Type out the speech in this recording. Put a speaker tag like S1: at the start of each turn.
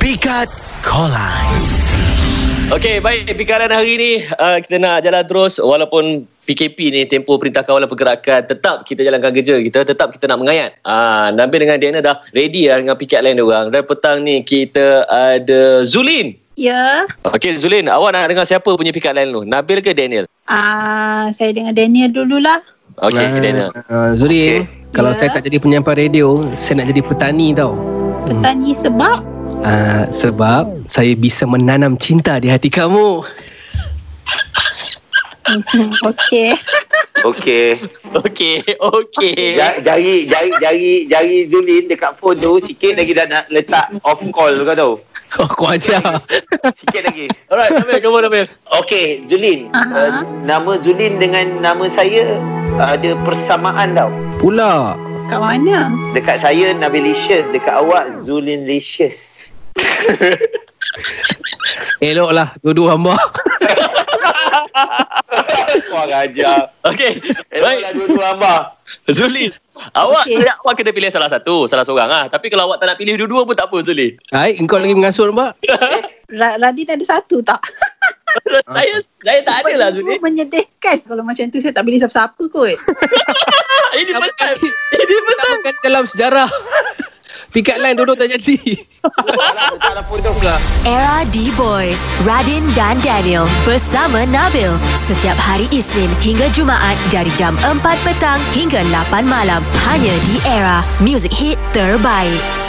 S1: Pikat Kolan.
S2: Okey, baik. Pikaran hari ini uh, kita nak jalan terus walaupun PKP ni tempoh Perintah Kawalan Pergerakan tetap kita jalankan kerja kita tetap kita nak mengayat. Ah uh, Nabil dengan Diana dah ready lah dengan piket lain orang. Dan petang ni kita ada Zulin.
S3: Ya,
S2: Okey Zulin, awak nak dengar siapa punya piket lain dulu? Nabil ke Daniel?
S3: ah saya dengan Daniel dululah.
S2: Okey,
S4: Ah,
S2: Daniel.
S4: ah, Zurin,
S3: Ya.
S4: kalau saya tak jadi penyampai radio, saya nak jadi petani tau.
S2: Hmm.
S3: Petani sebab
S4: Ah, sebab saya bisa menanam cinta di hati kamu.
S3: Mhm, Okey
S5: Okey.
S2: Okey, okey.
S5: Ja- Jari jari jari jari Zulin dekat phone tu sikit lagi dah nak letak off call kau tahu.
S4: Oh, kau ajar.
S5: Sikit lagi.
S2: Alright, Nabil, come on Nabil.
S5: Okey, Zulin.
S3: Aha.
S5: Uh, nama Zulin dengan nama saya uh, ada persamaan tau.
S4: Pula.
S3: kat mana?
S5: Dekat saya Nabilicious, dekat awak Zulin Licious.
S4: Eloklah dua-dua hamba.
S5: Kau ajar.
S2: Okey.
S5: Eloklah
S2: Baik,
S5: dua-dua hamba.
S2: Zulin. Awak
S3: Okey.
S2: okay. awak kena pilih salah satu, salah seorang ah. Tapi kalau awak tak nak pilih dua-dua pun tak apa Zulin.
S4: Hai, engkau lagi mengasuh nampak?
S3: Ra- Radin ada satu tak?
S2: saya saya tak ada lah Zulin.
S3: Menyedihkan kalau macam tu saya tak pilih siapa-siapa kot.
S2: Ini
S4: Kamu
S2: pesan.
S4: kaki.
S2: Ini pesan.
S4: Bukan dalam sejarah. Pikat line duduk tak jadi.
S5: Salah potong pula.
S6: Era D-Boys, Radin dan Daniel bersama Nabil setiap hari Isnin hingga Jumaat dari jam 4 petang hingga 8 malam hanya di Era Music Hit Terbaik.